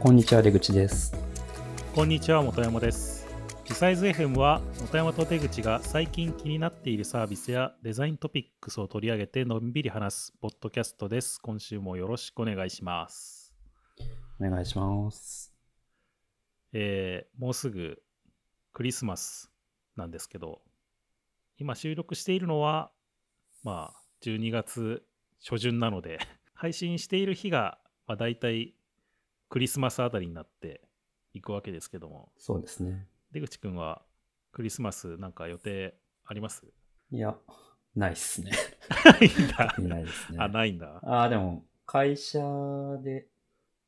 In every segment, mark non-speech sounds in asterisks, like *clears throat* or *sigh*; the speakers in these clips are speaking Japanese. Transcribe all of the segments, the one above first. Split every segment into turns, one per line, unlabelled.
こんにちは出口です
こんにちは元山ですリサイズ FM は元山と出口が最近気になっているサービスやデザイントピックスを取り上げてのんびり話すポッドキャストです今週もよろしくお願いします
お願いします
えーもうすぐクリスマスなんですけど今収録しているのはまあ12月初旬なので *laughs* 配信している日が、まあ、大体クリスマスあたりになっていくわけですけども
そうですね
出口くんはクリスマスなんか予定あります
*laughs* いやないっすね
ないんだ
特にないですね
あないんだ
あーでも会社で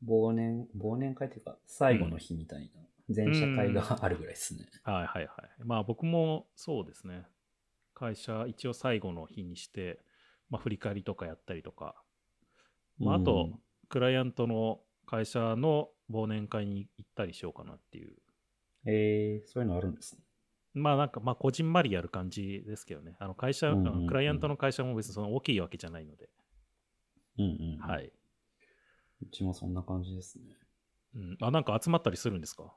忘年忘年会というか最後の日みたいな全社会があるぐらいですね
はいはいはい。まあ僕もそうですね。会社一応最後の日にして、まあ振り返りとかやったりとか。まああと、クライアントの会社の忘年会に行ったりしようかなっていう。
うんえー、そういうのあるんですね
まあなんか、まあこじんまりやる感じですけどね。あの会社、
うんうんうん
クライアントの会社も別にその大きいわけじゃないので。
うんうん、、
はいい。
うちもそんな感じですね
うん。あ、なんか集まったりするんですか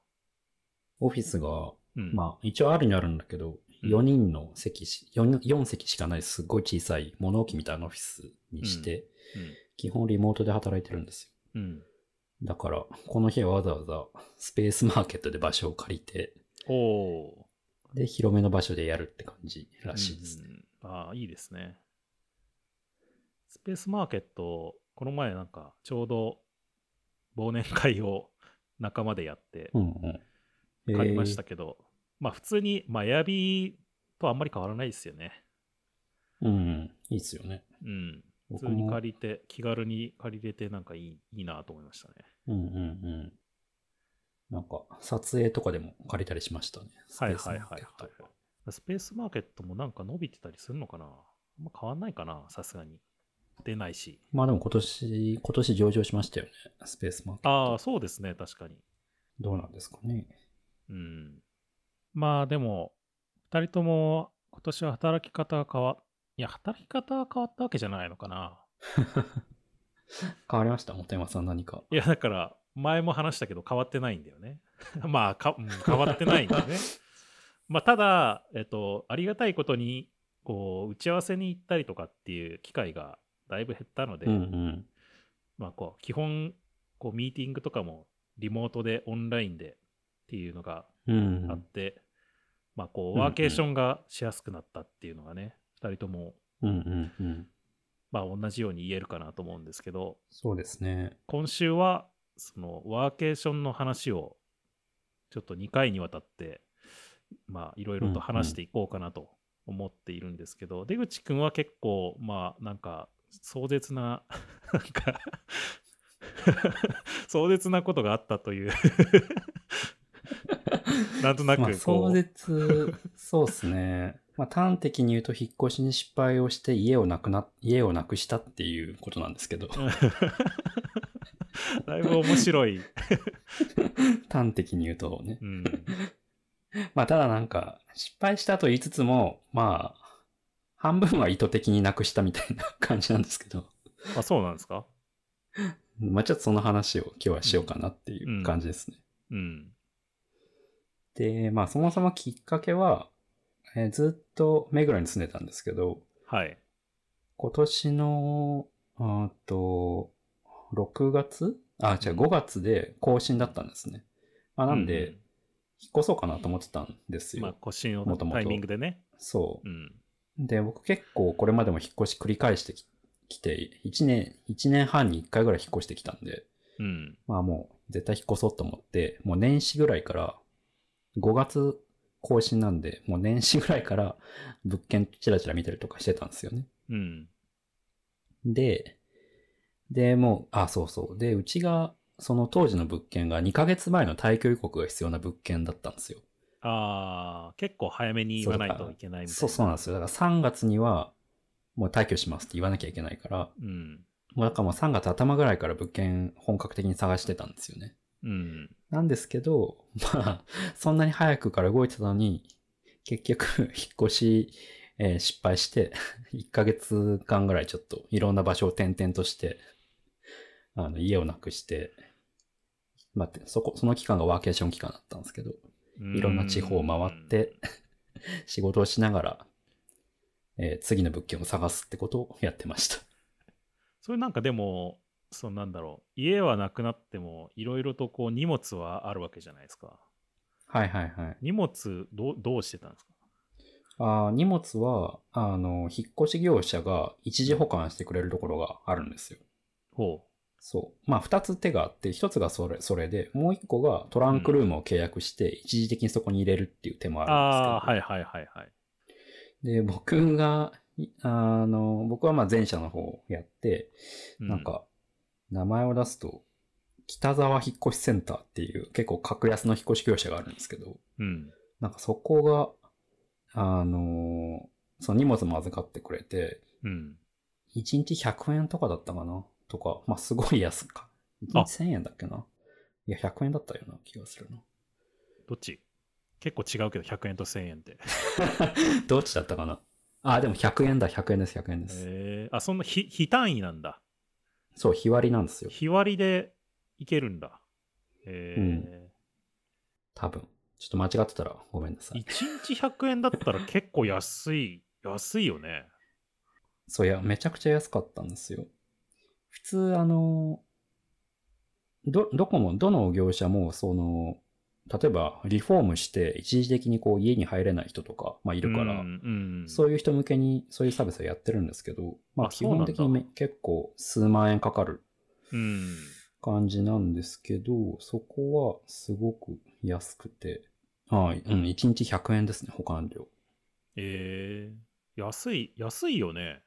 オフィスが
うん。
まあ、一応あるにはあるんだけど、
うん
4人の席し、4, 4席しかないすっごい小さい物置みたいなオフィスにして、基本リモートで働いてるんです
うん。うん。
よ。だから、この日はわざわざスペースマーケットで場所を借りて、
おお
で、広めの場所でやるって感じ
ー。
らしいですね。
うんああ、いいですね。スペースマーケット、この前なんかちょうど忘年会を仲間でやって
うんうん。えー
借りましたけど、まあ普通に、まあエアビーとあんまり変わらないですよね。
うんうん。いいっすよね。
うん。普
僕
通
も
に借りて、気軽に借りれてなんかいいいいなと思いましたね。
うんうんうん。なんか、撮影とかでも借りたりしましたね。
はい
スペース
はい
マー
はい
ケット
はい。スペースマーケットもなんか伸びてたりするのかなあんま変わんないかなさすがに。出ないし。
まあでも今年、今年上場しましたよね。スペースマーケット。
ああ、そうですね、確かに。
どうなんですかね。
うん。まあでも、2人とも今年は働き方が変わっ、いや、働き方が変わったわけじゃないのかな。
変わりました本山さん何か。
いや、だから、前も話したけど変わってないんだよね。 *laughs* まあか、うん変わってないんだよね。 *laughs* まあ、ただ、えっと、ありがたいことに、こう、打ち合わせに行ったりとかっていう機会がだいぶ減ったので、
うん
まあ、こう、基本、こう、ミーティングとかもリモートでオンラインでっていうのが
うん。うん
あって、まあ
う
こ
んう
うんワーケーションがしやすくなったっていうのがね、2人とも
うんうんうん。
まあ同じように言えるかなと思うんですけど、
そうですね。
今週はそのワーケーションの話をちょっと2回にわたって、まあいろいろと話していこうかなと思っているんですけど、出口くんは結構まあなんか壮絶な、 *laughs* なんか壮絶なことがあった
*laughs*
という。なんとなく
ま
こ
あ、
う、
壮絶、そうですね。 *laughs* まあ、端的に言うと、引っ越しに失敗をして家をなくな、家をなくしたっていうことなんですけど、
*laughs* だいぶ面白い。
*laughs* 端的に言うとね
う。ん。
まあ、ただなんか、失敗したと言いつつも、まあ、半分は意図的になくしたみたいな感じなんですけど、
あ、そうなんですか
まあ、ちょっとその話を今日はしようかなっていう感じですね。
うん。
で、まあ、そもそもきっかけは、えーずっと目黒に住んでたんですけど、
はい。
今年の、あーと、6月あ、違う、5月で更新だったんですね。まあ、なんで、引っ越そうかなと思ってたんです
うん、
よ。
まあ、腰の
もともと
タイミングでね。
そう
う。ん。
で、僕結構これまでも引っ越し繰り返してききて、1年、1年半に1回ぐらい引っ越してきたんで、
うん。
まあもう絶対引っ越そうと思って、もう年始ぐらいから、5月更新なんで、もう年始ぐらいから物件チラチラ見たりとかしてたんですよね。
うん。
で、で、もう、あ、そうそう。で、うちが、その当時の物件が2ヶ月前の退去予告が必要な物件だったんですよ。
ああ、結構早めに言わないといけないみたいな。
そう、そうなんですよ。だから3月には、もう退去しますって言わなきゃいけないから、
うん。
もうだからもう3月頭ぐらいから物件本格的に探してたんですよね。
うん。
なんですけど、 *laughs* まあ、そんなに早くから動いてたのに、結局、 *laughs* 引っ越し、えー失敗して、1ヶ *laughs* 月間ぐらいちょっといろんな場所を転々として、あの、家をなくして、待って、そこ、その期間がワーケーション期間だったんですけど、いろんな地方を回って、 *laughs* 仕事をしながら、えー次の物件を探すってことをやってました。
それなんかでも、そのなんだろう、家はなくなっても、いろいろとこう荷物はあるわけじゃないですか。
はいはいはい。
荷物どう、どうしてたんですか
あー荷物は、あの、引っ越し業者が一時保管してくれるところがあるんですよ。
ほ
そう。まあ、二つ手があって、一つがそれ、それで、もう一個がトランクルームを契約して、一時的にそこに入れるっていう手も
う。
あ
ああー、
るんで
はいはいはいはい。
すけど。で、僕が、いあの、僕はまあ前者の方をやって、
う
なん、か、名前を出すと、北沢引越しセンターっていう結構格安の引越し業者があるんですけど、
うん。
なんかそこが、あのーその荷物も預かってくれて、
うん。
1日100円とかだったかなとか、まあ、すごい安か。
あ
1日1000円だっけないや、100円だったような気がするな。 *laughs*
どっち結構違うけど、100円と1000円って。
*laughs* どっちだったかなあ、でも100円だ、100円です、100円です。
えー、あ、そんな日日単位なんだ。
そう、日割りなんですよ。
日割りでいけるんだ。えー
多分。ちょっと間違ってたらごめんなさい。
1日100円だったら結構安い、 *laughs* 安いよね。
そういや、めちゃくちゃ安かったんですよ。普通、あの、ど、どこも、どの業者も、その、例えば、リフォームして、一時的にこう、家に入れない人とか、まあ、い
い
るから、
うんうん、
そういう人向けに、そういうサービスをやってるんですけど、まあ、
あ
基
そうなん
本
だ
的にめ結構、数万円かかる
うん。
感じなんですけど、そこは、すごく安くて、はい、うん、1日100円ですね、保管料。
えー、安い、安いよね。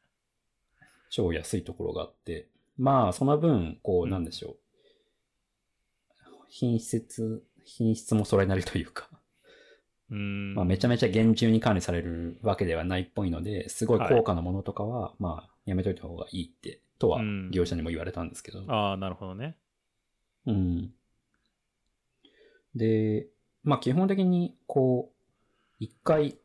超安いところがあって、まあ、その分、こ
う
う、
ん
なんでしょう。品質、品質もそれなりというか、
うん。
まあ、めちゃめちゃ厳重に管理されるわけではないっぽいので、すごい高価なものとかは、まあ、やめといた方がいいって、とは
うん、
業者にも言われたんですけど。
ああ、なるほどね。
うん。で、まあ、基本的に、こう、1回、引っ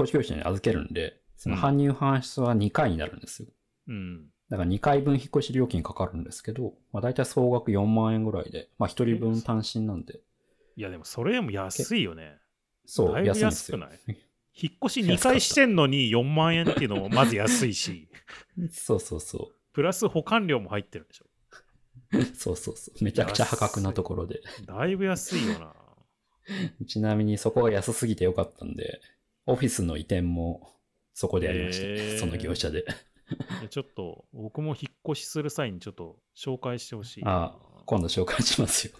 越し業者に預けるんで、その搬入搬出は2回になるんですよ。
うん。
だから2回分引っ越し料金かかるんですけど、まあ、大体総額4万円ぐらいで、まあ、1人分単身なんで、
いや、でもそれでも安いよね。
そう、
だいぶ
安いんです
安く
よ。
ない引っ越し2回してんのに4万円っていうのもまず安い
*laughs*
し、
そうそうそ
プラス保管料も入ってるんでしょ。
う。そうそうそう。めちゃくちゃ破格なところ
*laughs*
で。
だいぶ安いよな。
ちなみにそこが安すぎてよかったんで、オフィスの移転もそこでやりました、
へー
その業者で。
いやちょっと、僕も引っ越しする際にちょっと紹介してほしいな。
あ今度紹介しますよ。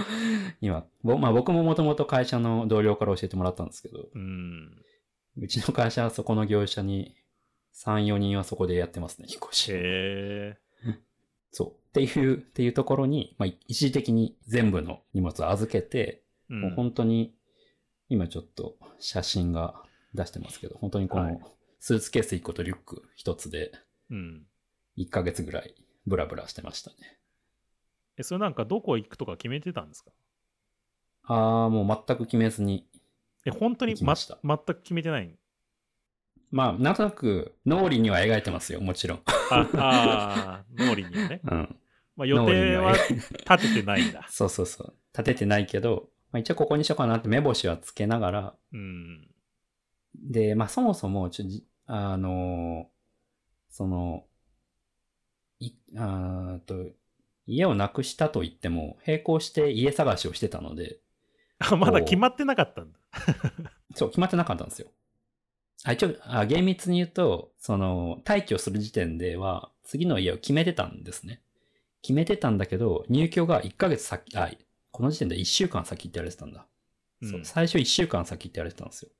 *laughs* 今、ぼまあ、僕ももともと会社の同僚から教えてもらったんですけど、
うん。
うちの会社はそこの業者に3、4人はそこでやってますね、引っ越し。
へえ。
そう。っていう、っていうところに、まあ、一時的に全部の荷物を預けて、
うん
もう本当に、今ちょっと写真が出してますけど、本当にこ
はい
のスーツケース1個とリュック1つで、
うん。
1ヶ月ぐらいブラブラしてましたね。
え、それなんかどこ行くとか決めてたんですか
ああ、もう全く決めずに。
え、本当に
行き
ま
ました
全く決めて
*laughs*
ない
まあ、なんとなく、脳裏には描いてますよ、もちろん。
ああー、脳裏にはね。
うん。
まあ予
脳裏に
定は
は描い。
立ててないんだ
そうそうそう。立ててないけど、まあ、一応ここにしようかなって目星はつけながら、
うん。
で、まあそもそも、ちょ、じあのーその、い、あーと、家をなくしたと言っても、並行して家探しをしてたので、
あまだ決まってなかったんだ。
そう、決まってなかったんですよ。あ、一応、あ厳密に言うと、その、退去する時点では、次の家を決めてたんですね。決めてたんだけど、入居が1ヶ月先、あ、この時点で1週間先って言われてたんだ。
うん
そう、最初1週間先って言われてたんですよ。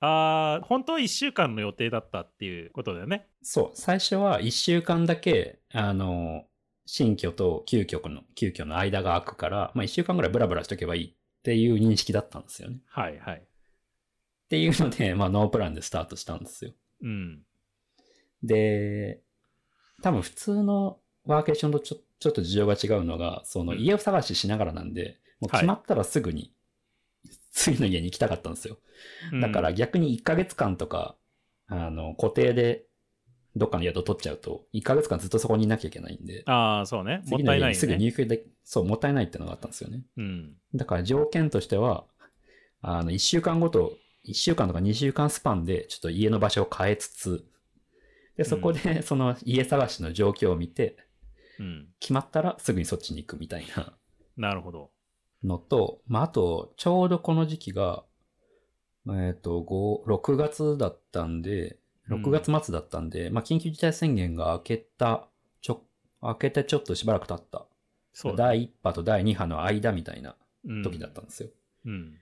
ああ、本当は1週間の予定だったっていうことだよね。
そう、最初は一週間だけ、あの、新居と旧居の、旧居の間が空くから、まあ一週間ぐらいブラブラしとけばいいっていう認識だったんですよね。っ
はいはい。
ていうので、まあノープランでスタートしたんですよ。
うん。
で、多分普通のワーケーションとちょちょっと事情が違うのが、その
うん
家を探ししながらなんで、もう
はい
決まったらすぐに、次の家に行きたかったんですよ。だから
うん、
逆に1ヶ月間とか、あの、固定でどっかの宿取っちゃうと、1ヶ月間ずっとそこにいなきゃいけないんで、
ああ、そうね。もっ
次
た
の
い
家
ない
に
よ
すぐ
ね。
入居で、そう、もったいないってのがあったんですよね。
うん。
だから条件としては、あの、1週間ごと、1週間とか2週間スパンで、ちょっと家の場所を変えつつ、で、そこで、その家探しの状況を見て、
うん。
決まったらすぐにそっちに行くみたいな
なるほど。
のと、まあ、あと、ちょうどこの時期が、えっ、と、5、6月だったんで、
うん
6月末だったんで、まあ、緊急事態宣言が明けた、ちょ、明けてちょっとしばらく経った。
そうだね。
第1波と第2波の間みたいな
うん
時だったんですよ。
うん。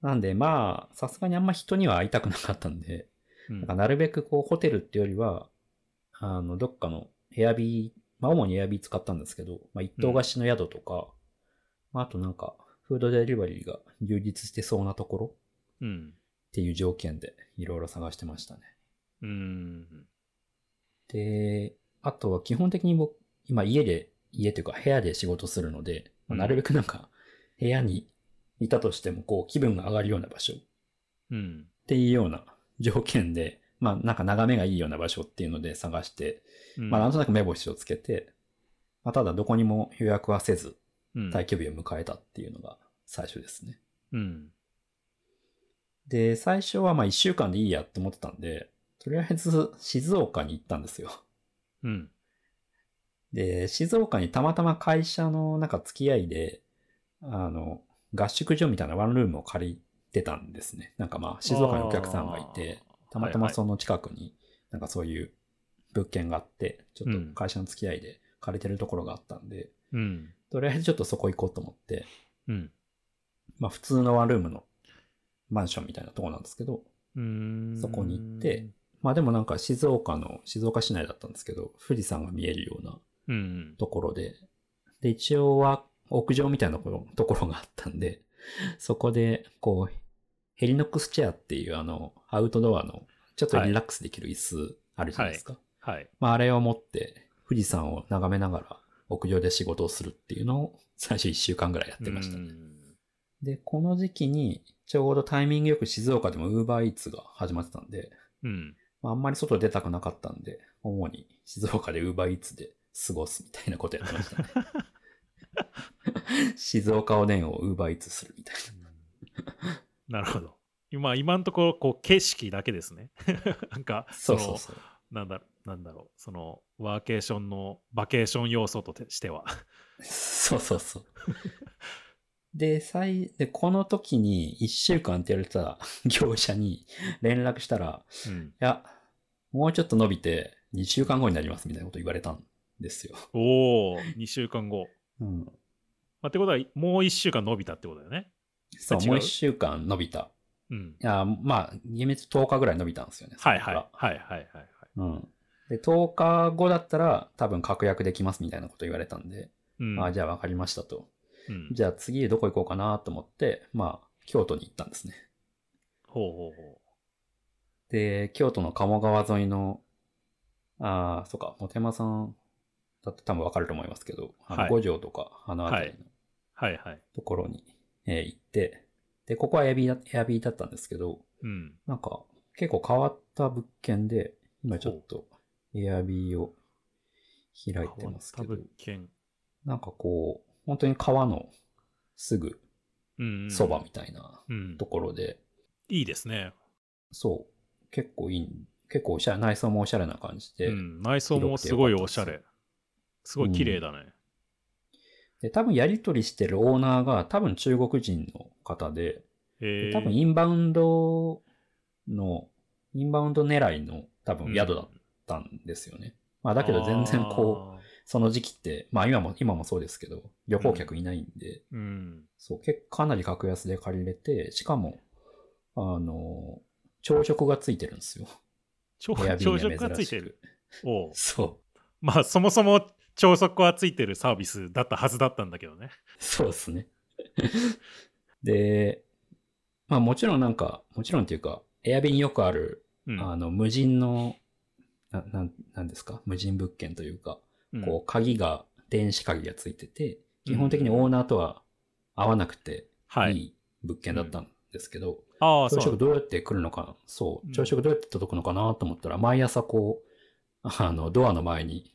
なんで、まあ、さすがにあんま人には会いたくなかったんで、
うん
なんかなるべくこう、ホテルっていうよりは、あの、どっかのエアビー、まあ、主にエアビー使ったんですけど、まあ、一棟貸しの宿とか、まあ、あとなんか、フードデリバリーが充実してそうなところっ
うん。
ていう条件で、いろいろ探してましたね。
うん。
で、あとは基本的に僕、今家で、家というか部屋で仕事するので、まあ
うん
なるべくなんか、部屋にいたとしても、こう、気分が上がるような場所
うん。
っていうような条件で、まあなんか眺めがいいような場所っていうので探して、
うん
まあなんとなく目星をつけて、まあただどこにも予約はせず、
うん
退去日を迎えたっていうのが最初ですね。
うん。
で、最初はまあ一週間でいいやって思ってたんで、とりあえず静岡に行ったんですよ。
うん。
で、静岡にたまたま会社のなんか付き合いで、あの、合宿所みたいなワンルームを借りてたんですね。なんかまあ静岡にお客さんがいて、
あー、
たまたま
う。
その近くに、なんかそういう物件があって、ちょっと会社の付き合いで借りてるところがあったんで、
うん。
とりあえずちょっとそこ行こうと思って、
うん。
まあ普通のワンルームのマンションみたいなところなんですけど、
うん。
そこに行って、まあでもなんか静岡の、静岡市内だったんですけど、富士山が見えるような
うん。
ところで、で、一応は屋上みたいなところところがあったんで、そこで、こう、ヘリノックスチェアっていうあの、アウトドアの、ちょっとリラックスできる椅子あるじゃないですか。
はい。
まあ、あれを持って、富士山を眺めながら、屋上で仕事をするっていうのを、最初1週間ぐらいやってましたね。
うん
で、この時期に、ちょうどタイミングよく静岡でも UberEats が始まってたんで、
うん。 *laughs*
まあ、あんまり外出たくなかったんで、主に静岡で UberEats で過ごすみたいなことやってま
*laughs*
したね。静岡おでんを UberEats するみたいな。
なるほど。今、今のところ、こう、景色だけですね。 *laughs* なんか、
そう
の
そうそう。
なんだ、なんだろう、その、ワーケーションの、バケーション要素とてしては。
そうそうそう。で、最、で、この時に1週間って言われてた *laughs* 業者に連絡したら、
うん。
いや、もうちょっと伸びて2週間後になりますみたいなこと言われたんですよ。
おお、2週間後。
うん。
まあ、ってことは、もう1週間伸びたってことだよね。
そう、
違う
もう1週間伸びた。
うん。
いや、まあ、厳密10日ぐらい伸びたんですよね。
はい
そ
は
こ
い。
か
は
ら
いはいはいはい。
うん。で、10日後だったら多分確約できますみたいなこと言われたんで、
うん。
ああ、じゃあ分かりましたと。
うん
じゃあ次どこ行こうかなと思って、まあ、京都に行ったんですね。
ほうほうほ
で、京都の鴨川沿いの、ああ、そうか、モテマさんだって多分分かると思いますけど、あの
はい
五条とか、あの辺りの
う。はいはい。
ところに、えー行って、で、ここはエアビーだエアビーだったんですけど、
うん。
なんか結構変わった物件で、今ちょっとエアビーを開いてますけ
変わ
ど
った、物件。
なんかこう、本当に川のすぐ
うんうん。
そばみたいな
うん
と。ころで、
いいですね。
そう、結構いい、結構おしゃれ、内装もおしゃれな感じで、
うん。内装もすごいおしゃれ。すごい綺麗だね。
で、多分やり取りしてるオーナーが多分中国人の方で、
へえ
多分インバウンドの、インバウンド狙いの多分宿だったんですよね。まあだけど全然こう、その時期って、まあ今も、今もそうですけど、旅行客いないんで、
う。うん。
そう、結構かなり格安で借りれて、しかも、あの、朝食がついてるんですよ。
朝
エアビー
朝
には
食がつ
珍
い
してく
る。。おう
そう。
まあ、そもそも朝食はついてるサービスだったはずだったんだけどね。
*laughs* そうですね。で、まあもちろんなんか、もちろんっていうか、エアビーによくある、
うん。
あの、無人の、な、なん、なんですか無人物件というか、
うん
こう、鍵が、電子鍵がついてて、基本的に
うん
オーナーとは合わなくて、
はいい。
い物件だったんですけど、
ああ、
朝
そ
食
う。
どうやって来るのか、そうう、
ん
朝食どうやって届くのかなと思ったら、毎朝こう、あの、ドアの前に、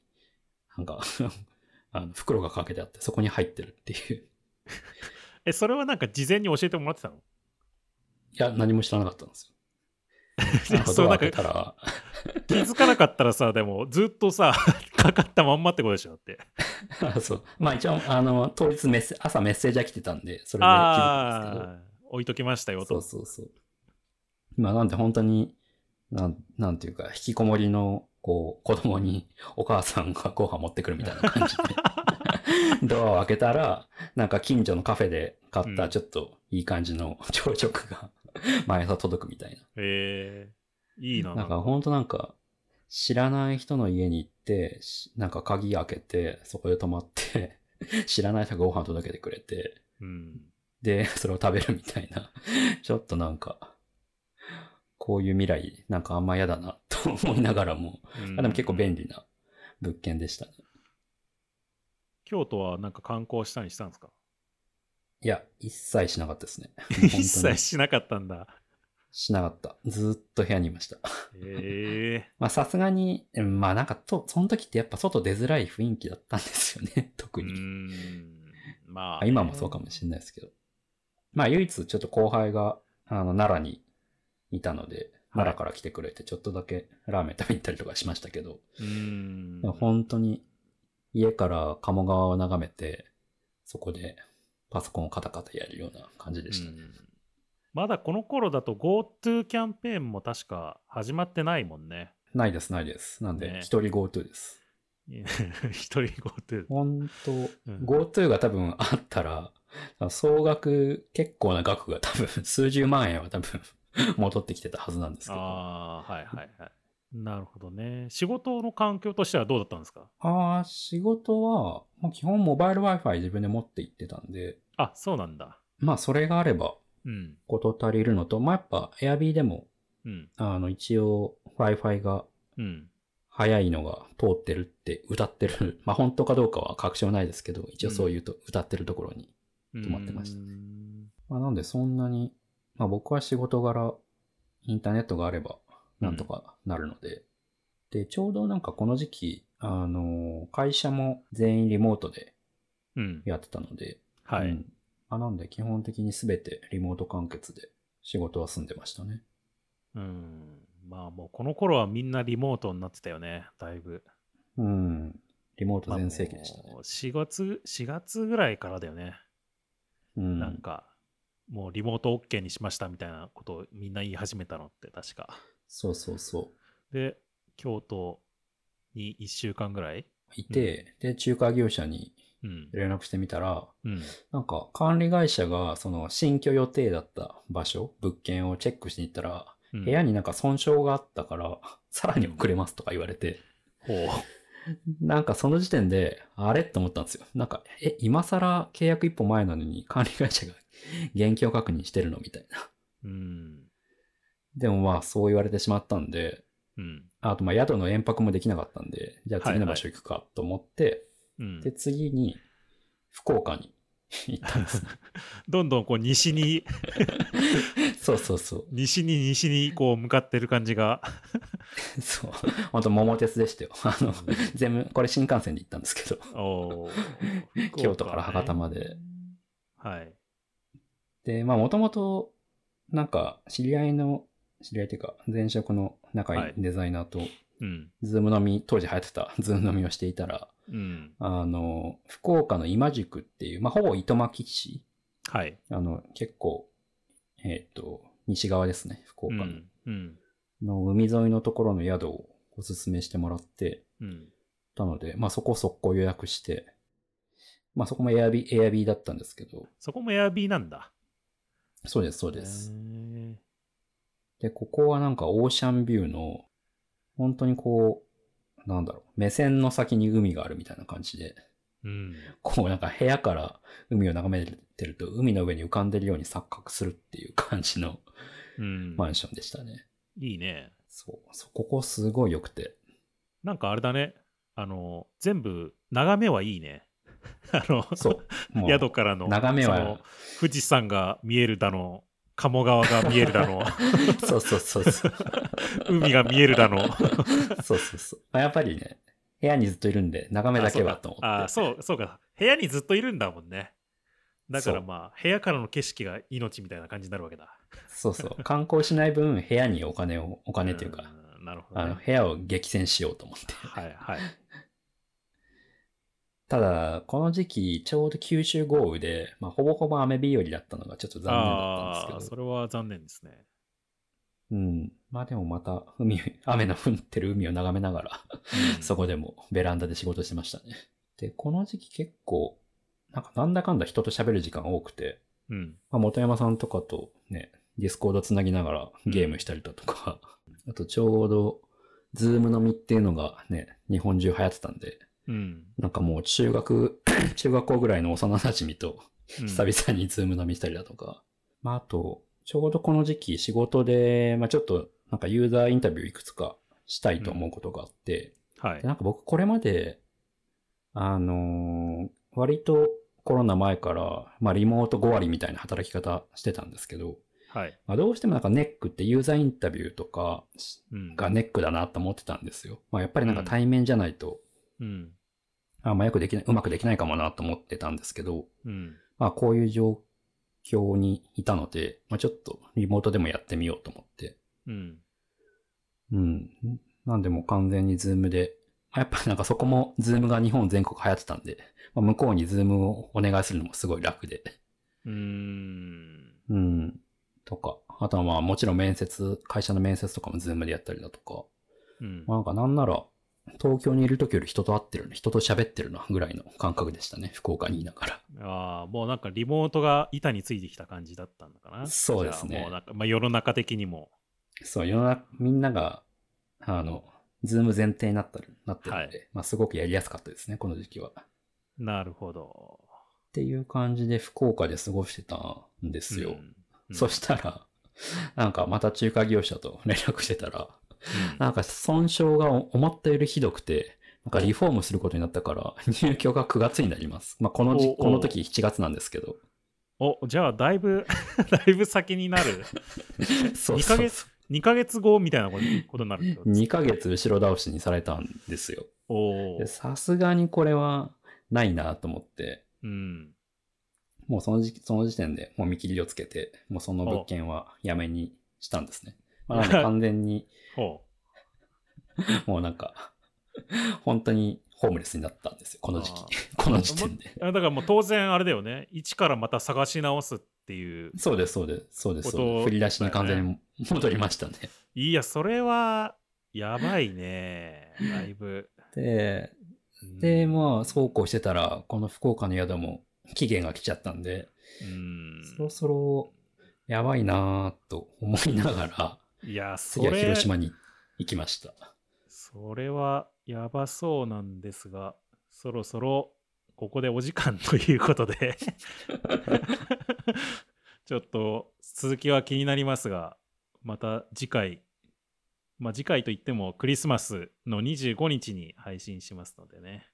なんか *laughs* あの、袋がかけてあって、そこに入ってるっていう。
え、それはなんか事前に教えてもらってたの
いや、何も知らなかったんです
*laughs*
よ。なんか
そ
ド
うな
ア
んか
開けたら、
気づかなかったらさ、でもずっとさ、 *laughs* かかったまんまってことでしょ
*laughs*
だって。
あそう。まあ一応、あの、当日メッセ、朝メッセージが来てたんで、それで気づいたんですけど。
ああ、置いときましたよ
そう
と。 *laughs*
そうそう。まあなんで本当に、なんなんていうか、引きこもりの、こう、子供にお母さんがご飯持ってくるみたいな感
*laughs*
じで。ドアを開けたら、なんか近所のカフェで買っ
う
た
ん
ちょっといい感じの朝食が毎朝届くみたい
ええいいな。
な。なんか本当なんか、知らない人の家に行って、しなんか鍵開けて、そこで泊まって、 *laughs* 知らない人がご飯届けてくれて、
うん。
で、 *laughs* それを食べるみたいな。 *laughs* ちょっとなんか、こういう未来、なんかあんま嫌だなと思いながらも。
うん
あでも結構便利な物件でしたね。
京都はなんか観光したりしたんですか
いや、一切しなかった
*laughs*
ですね。本当に
一切しなかったんだ。
しなかった。ずーっと部屋にいました。
ええ
まあさすがに、うんまあなんかと、その時ってやっぱ外出づらい雰囲気だったんですよね。 *laughs* *laughs* 特
うー
に。
ん。
ま
まあ。
あ今もそうかもしれないですけど。まあ唯一ちょっと後輩が、あの、奈良にいたので、
はい
奈良から来てくれて、ちょっとだけラーメン食べに行ったりとかしましたけど、
うーん。
でも本当に家から鴨川を眺めて、そこでパソコンをカタカタやるような感じでしたね。
うんまだこの頃だと GoTo キャンペーンも確か始まってないもんね。 *laughs*
ないです、ないです。なん
ね
で、一人 GoTo です。
一人 GoTo。
本当、
ん
GoTo が多分あったら、総額結構な額が多分、数十万円は多分 *laughs* 戻ってきてたはずなんですけど。
ああ、はいはいはい。なるほどね。仕事の環境としてはどうだったんですか
ああ、仕事は、まあ、基本モバイル Wi-Fi 自分で持って行ってたんで、
あ、そうなんだ。
まあそれがあれば
うん。
事足りるのと、まあやっぱ Airb でも、
うん。
あの一応 Wi-Fi が
うん。
早いのが通ってるって歌ってる、 *laughs* まあ本当かどうかは確証ないですけど、一応そういうと、歌ってるところに。
止
まってましたまあなんでそんなに、まあ僕は仕事柄インターネットがあればなんとかなるので、で、ちょうどなんかこの時期、あの、会社も全員リモートで
うん。
やってたので、
はい。
うんあなんで基本的に全てリモート完結で仕事は済んでましたね。
うん。まあもうこの頃はみんなリモートになってたよね、だいぶ。
うん。リモート全盛期でした
まあ
ね
も。う4月、4月ぐらいからだよね。
うん。
なんか、もうリモート OK にしましたみたいなことをみんな言い始めたのって確か。
そうそうそ。
で、京都に1週間ぐらいう
いて、で、中華業者に
うん。
連絡してみたら、
うん。
なんか管理会社がその新居予定だった場所、物件をチェックしに行ったら、
うん
部屋になんか損傷があったから、 *laughs* さらに遅れますとか言われて、
ほう。
なんかその時点で、あれって思ったんですよ。なんか、え、今更契約一歩前なのに管理会社が *laughs* 現況確認してるのみたいな。
うん。
でもまあそう言われてしまったんで、
うん。
あとまあ宿の延泊もできなかったんで、じゃあ次の場所行くかと思って、
うん
で、次に福岡に行ったんです。
*laughs* どんどんこう西に、
*laughs* そうそうそ
西に西にこう向かってる感じが。
う。 *laughs* そう。本当桃鉄でしたよ。 *laughs* あの、全部、これ新幹線で行ったんですけど。
おー
京都から博多まで。
はい。
で、まあ、もともと、なんか、知り合いの、知り合いというか、前職の仲
はい
いいデザイナーと、
うん。
ズーム飲み、当時流行ってたズーム飲みをしていたら、
うん。
あの、福岡の今宿っていう、まあ、ほぼ糸巻市、
はい。
あの、結構、えっ、と、西側ですね、福
う
岡の,、
ん。うん。
海沿いのところの宿をおすすめしてもらって、
うん。
たので、まあ、そこを速攻予約して、まあ、そこもエアビー、エアビーだったんですけど、
そこも Airb なんだ。
そうです、そう
そ
です。。
うん。
で、ここはなんかオーシャンビューの、本当にこう、なんだろう、目線の先に海があるみたいな感じで、こうなんか部屋から海を眺めてると、海の上に浮かんでるように錯覚するっていう感じの
うん。
マンションでしたね。
いいね。
そう、そうここすごい良くて。
なんかあれだね。あの、全部、眺めはいいね。 *laughs* あの、
そう。もう
*laughs* 宿からの
眺め
その
は、
富士山が見えるだの、鴨川が見える
*laughs*
だの、 *laughs*
そうそうそうそう。
海が見えるだの。
そうそうそう。まあ、やっぱりね、部屋にずっといるんで、眺めだけはと思って。
あそうかあそう、そうか。部屋にずっといるんだもんね。だから
そう
まあ、部屋からの景色が命みたいな感じになるわけだ。
そうそう。観光しない分、部屋にお金を、お金というか、
うん。なるほど、
あの、
ね。
部屋を激戦しようと思って。
はいはい。
ただ、この時期、ちょうど九州豪雨で、まあ、ほぼほぼ雨日和だったのがちょっと残念だったん
ああー、
ですけ
そ
ど。
れは残念ですね。
うん。まあでもまた、海、雨の降ってる海を眺めながら、
うん
そこでもベランダで仕事してましたね。で、この時期結構、なんかなんだかんだ人と喋る時間多くて、
うん。
まあ、元山さんとかとね、ディスコードつなぎながらゲームしたりだとか、あとちょうど、ズーム飲みっていうのがね、日本中流行ってたんで、
うん。
なんかもう中学、 *clears throat* 中学校ぐらいの幼馴染と
うん
久々にズーム飲みしたりだとか、まああと、ちょうどこの時期仕事で、まあちょっとなんかユーザーインタビューいくつかしたいと思うことがあって、
はい
で。なんか僕これまで、あのー割とコロナ前から、まあリモート5割みたいな働き方してたんですけど、
はい。
まあどうしてもなんかネックってユーザーインタビューとか
うん。
がネックだなと思ってたんですよ。まあやっぱりなんか対面じゃないと、
うん。
あんまよくできない、うまくできないかもなと思ってたんですけど、
うん。
まあこういう状況にいたので、まあちょっとリモートでもやってみようと思って。
うん。
うん。なんでもう完全にズームで、まあやっぱりなんかそこもズームが日本全国流行ってたんで、まあ向こうにズームをお願いするのもすごい楽で。
うーん。
うん。とか、あとはまあもちろん面接、会社の面接とかもズームでやったりだとか、
うん
まあなんかなんなら東京にいる時より人と会ってるね、人と喋ってるなぐらいの感覚でしたね、福岡にいながら。
ああ、もうなんかリモートが板についてきた感じだったのかな。
そうですね
じゃあもうなんか、まあ、世の中的にも。
そう、世の中、みんなが、あの、ズーム前提になったる、なってるので、
は
まあすごくやりやすかったですね、この時期は。っ
なるほど。
ていう感じで福岡で過ごしてたんですよ。
うんうん
そしたら、なんかまた中華業者と連絡してたら、なんか損傷が思ったよりひどくて、なんかリフォームすることになったから、入居が9月になります。まあこの
お
時、
お
この時7月なんですけ
*laughs*
ど。
うんお、じゃあ、だいぶ、 *laughs* だいぶ先になる。
そう
2
そ
ヶ
う
月、2ヶ月後みたいなことになるって
*laughs*
ことです
2ヶ月後ろ倒しにされたんですよ。
お
で
ー
さすがにこれはないなと思って、
うん。
もうその時その時点でもう見切りをつけて、もうその物件はやめにしたんですね。まあ、なんで完全に
ほ
もうなんか、 *laughs* 本当にホームレスになったんですよ、この時期 *laughs*
あ。
この時点で。
う。あだからもう当然あれだよね。一からまた探し直すっていう。
そうです、そうです、そうです、
こと
そうです振り出しに完全に戻りましたね。
いや、それは、やばいね。だいぶ。
で、
うん
で、まあ、そうこうしてたら、この福岡の宿も期限が来ちゃったんで、
うん。
そろそろやばいなぁと思いながら、
いや、そ
次は
れ
広島に行きました。
それはやばそうなんですが、そろそろここでお時間ということで、ちょっと続きは気になりますが、また次回、まあ、次回といってもクリスマスの25日に配信しますのでね、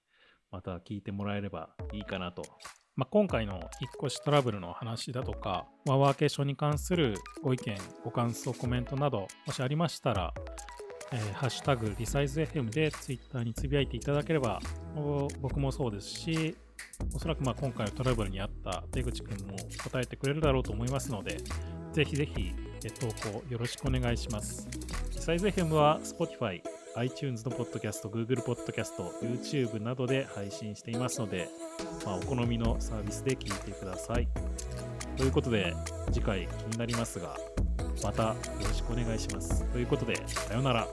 また聞いてもらえればいいかなと。まあ、今回の引っ越しトラブルの話だとか、まあワーケーションに関するご意見、ご感想、コメントなど、もしありましたら、えーハッシュタグリサイズ FM でツイッターにつぶやいていただければ、お僕もそうですし、おそらくまあ今回のトラブルにあった出口くんも答えてくれるだろうと思いますので、ぜひぜひえー投稿よろしくお願いします。リサイズ FM は Spotify、iTunes のポッドキャスト、Google ポッドキャスト、YouTube などで配信していますので、まあ、お好みのサービスで聞いてください。ということで、次回気になりますが、またよろしくお願いします。ということで、さようなら。